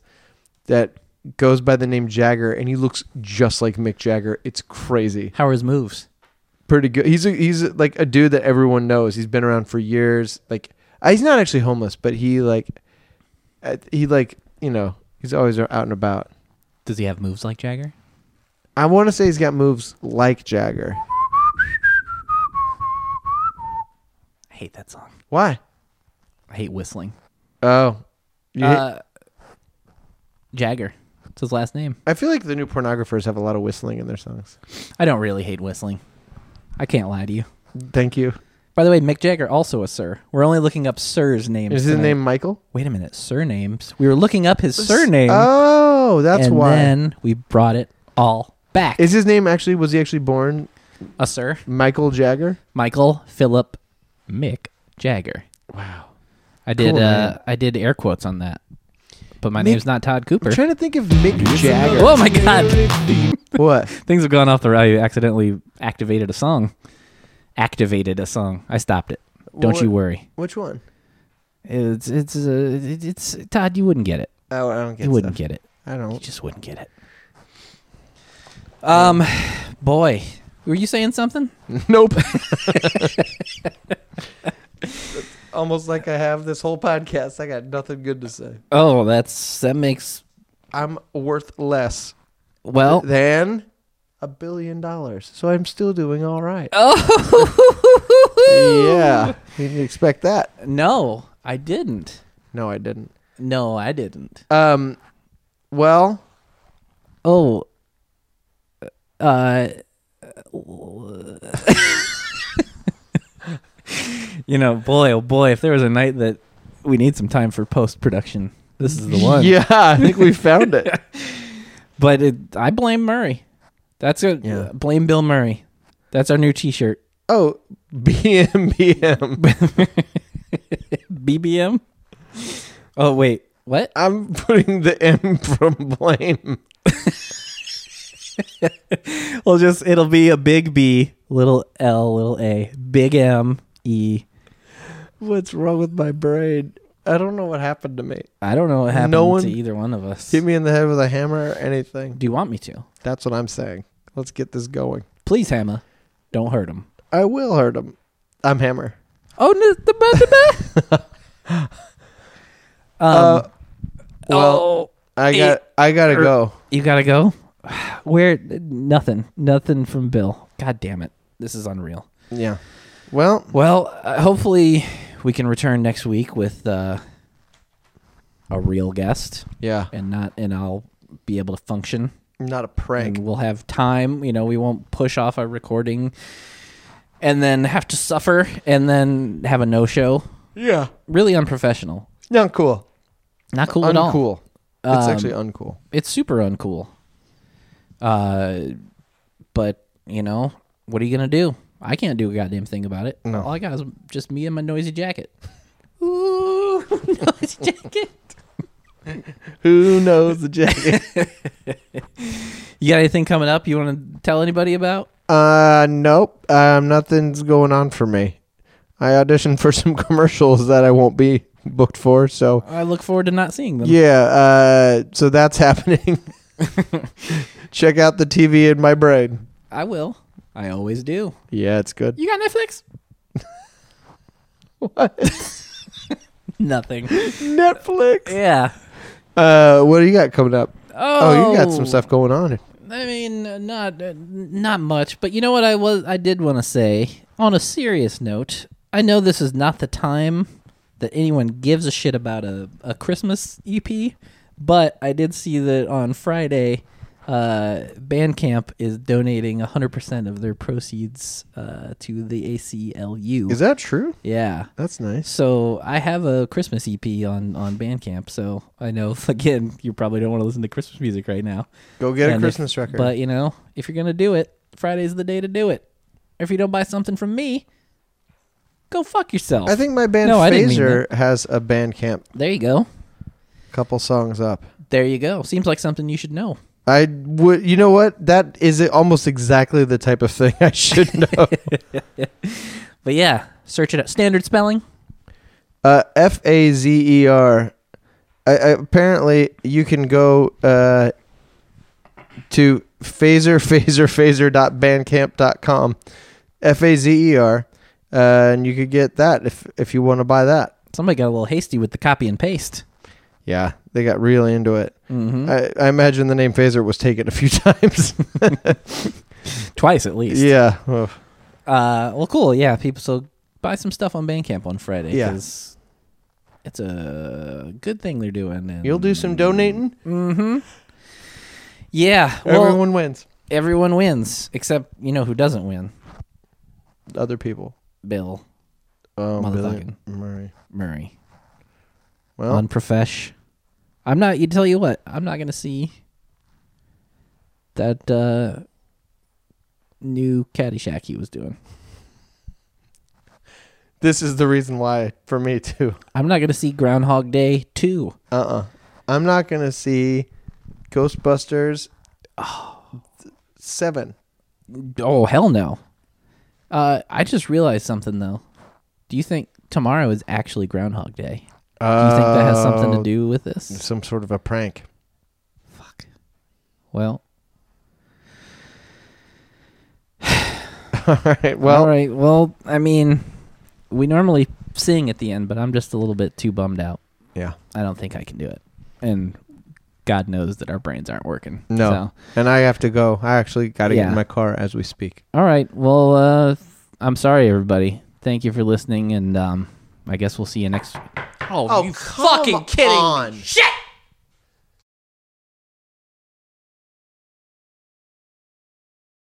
that goes by the name Jagger, and he looks just like Mick Jagger. It's crazy. How are his moves? pretty good. He's a, he's like a dude that everyone knows. He's been around for years. Like uh, he's not actually homeless, but he like uh, he like you know he's always out and about. Does he have moves like Jagger? I want to say he's got moves like Jagger. I hate that song. Why? I hate whistling. Oh, You hate- Uh, Jagger. It's his last name. I feel like the new pornographers have a lot of whistling in their songs. I don't really hate whistling. I can't lie to you. Thank you. By the way, Mick Jagger also a sir. We're only looking up sir's names. Is his tonight. name Michael? Wait a minute, surnames. We were looking up his surname. Oh, that's and why. then we brought it all back. Is his name actually? Was he actually born a sir? Michael Jagger? Michael Philip Mick Jagger. Wow. I did. Cool, uh, man. I did air quotes on that. But my Mick- name's not Todd Cooper. I'm trying to think of Mick Jagger. Oh my god! What? Things have gone off the rail. You accidentally activated a song. Activated a song. I stopped it. Don't What- you worry. Which one? It's it's uh, it- it's Todd. You wouldn't get it. Oh, I don't get. you wouldn't stuff. get it. I You don't. just wouldn't get it. Um, boy, were you saying something? Nope. Almost like I have this whole podcast. I got nothing good to say. Oh, that's that makes I'm worth less well. than a billion dollars. So I'm still doing all right. Oh Yeah. You didn't expect that. No, I didn't. No, I didn't. No, I didn't. Um well, Oh, uh, you know, boy, oh boy, if there was a night that we need some time for post production, this is the one. yeah, I think we found it. But it, I blame Murray. That's a Yeah. blame Bill Murray. That's our new T-shirt. Oh, BMBM. BBM. Oh wait, what? I'm putting the M from blame. Well, just it'll be a big B, little L, little A, big M, E. What's wrong with my brain? I don't know what happened to me. I don't know what happened No one- to either one of us. Hit me in the head with a hammer or anything. Do you want me to? That's what I'm saying. Let's get this going. Please, Hammer, don't hurt him. I will hurt him. I'm Hammer. Oh, no, the ba- the ba- um, Uh, well, oh, I got I gotta er- go. you gotta go. Where? Nothing. Nothing from Bill. God damn it! This is unreal. Yeah. Well, Well, uh, hopefully we can return next week with uh, a real guest yeah. and not, and I'll be able to function. Not a prank. And we'll have time. You know, we won't push off our recording and then have to suffer and then have a no show. Yeah. Really unprofessional. Not cool. Not cool at all. Uncool. It's Um, actually uncool. It's super uncool. Uh, but you know, what are you gonna do? I can't do a goddamn thing about it. No. All I got is just me and my noisy jacket. Ooh, noisy jacket. Who knows the jacket? You got anything coming up you want to tell anybody about? uh, nope. Um, nothing's going on for me. I auditioned for some commercials that I won't be booked for, so I look forward to not seeing them. yeah. Uh, so that's happening. Check out the TV in my brain. I will. I always do. Yeah, it's good. You got Netflix? what? Nothing. Netflix. Yeah. Uh, what do you got coming up? Oh, Oh, you got some stuff going on. I mean, uh, not uh, n- not much, but you know what I was I did want to say on a serious note. I know this is not the time that anyone gives a shit about a, a Christmas EP, but I did see that on Friday, uh, Bandcamp is donating 100% of their proceeds uh, to the ACLU. Is that true? yeah. That's nice. So I have a Christmas EP on on Bandcamp. So I know again, you probably don't want to listen to Christmas music right now. Go get a And if- Christmas record. But you know, if you're gonna do it, Friday's the day to do it. If you don't buy something from me, go fuck yourself. I think my band No, I didn't mean Phaser has a band camp there you go. couple songs up. There you go. Seems like something you should know. I would, you know what? That is almost exactly the type of thing I should know. But yeah, search it out. Standard spelling. uh, F A Z E R. I, I, apparently, you can go uh, to phaser, phaser, phaser.bandcamp.com. F A Z E R. Uh, and you could get that if, if you want to buy that. Somebody got a little hasty with the copy and paste. Yeah, they got really into it. Mm-hmm. I, I imagine the name Phaser was taken a few times. Twice at least. yeah. Ugh. Uh, well, cool. Yeah, people. So buy some stuff on Bandcamp on Friday. Yeah. 'cause It's a good thing they're doing. And You'll do some donating. Mm-hmm. Yeah. Well, everyone, Everyone wins. wins except you know who doesn't win. Other people. Bill Oh, Motherfucking. Murray. Murray Well, on Profesh. I'm not. You tell you what. I'm not gonna see that uh, new Caddyshack he was doing. this is the reason why for me too. I'm not gonna see Groundhog Day two. Uh uh-uh. uh. i am not gonna see Ghostbusters th- seven. Oh hell no! Uh, I just realized something though. Do you think tomorrow is actually Groundhog Day? Uh, Do you think that has something to do with this? Um, Some sort of a prank. Fuck. Well, All right. Well, all right. Well, I mean, we normally sing at the end, but I'm just a little bit too bummed out. yeah. I don't think I can do it, and God knows that our brains aren't working. No. So, And I have to go. I actually got to get Uh-huh. Yeah. in my car as we speak. all right. Well, uh, I'm sorry, everybody. Thank you for listening, and um, I guess we'll see you next. Oh, you fucking kidding me. Shit!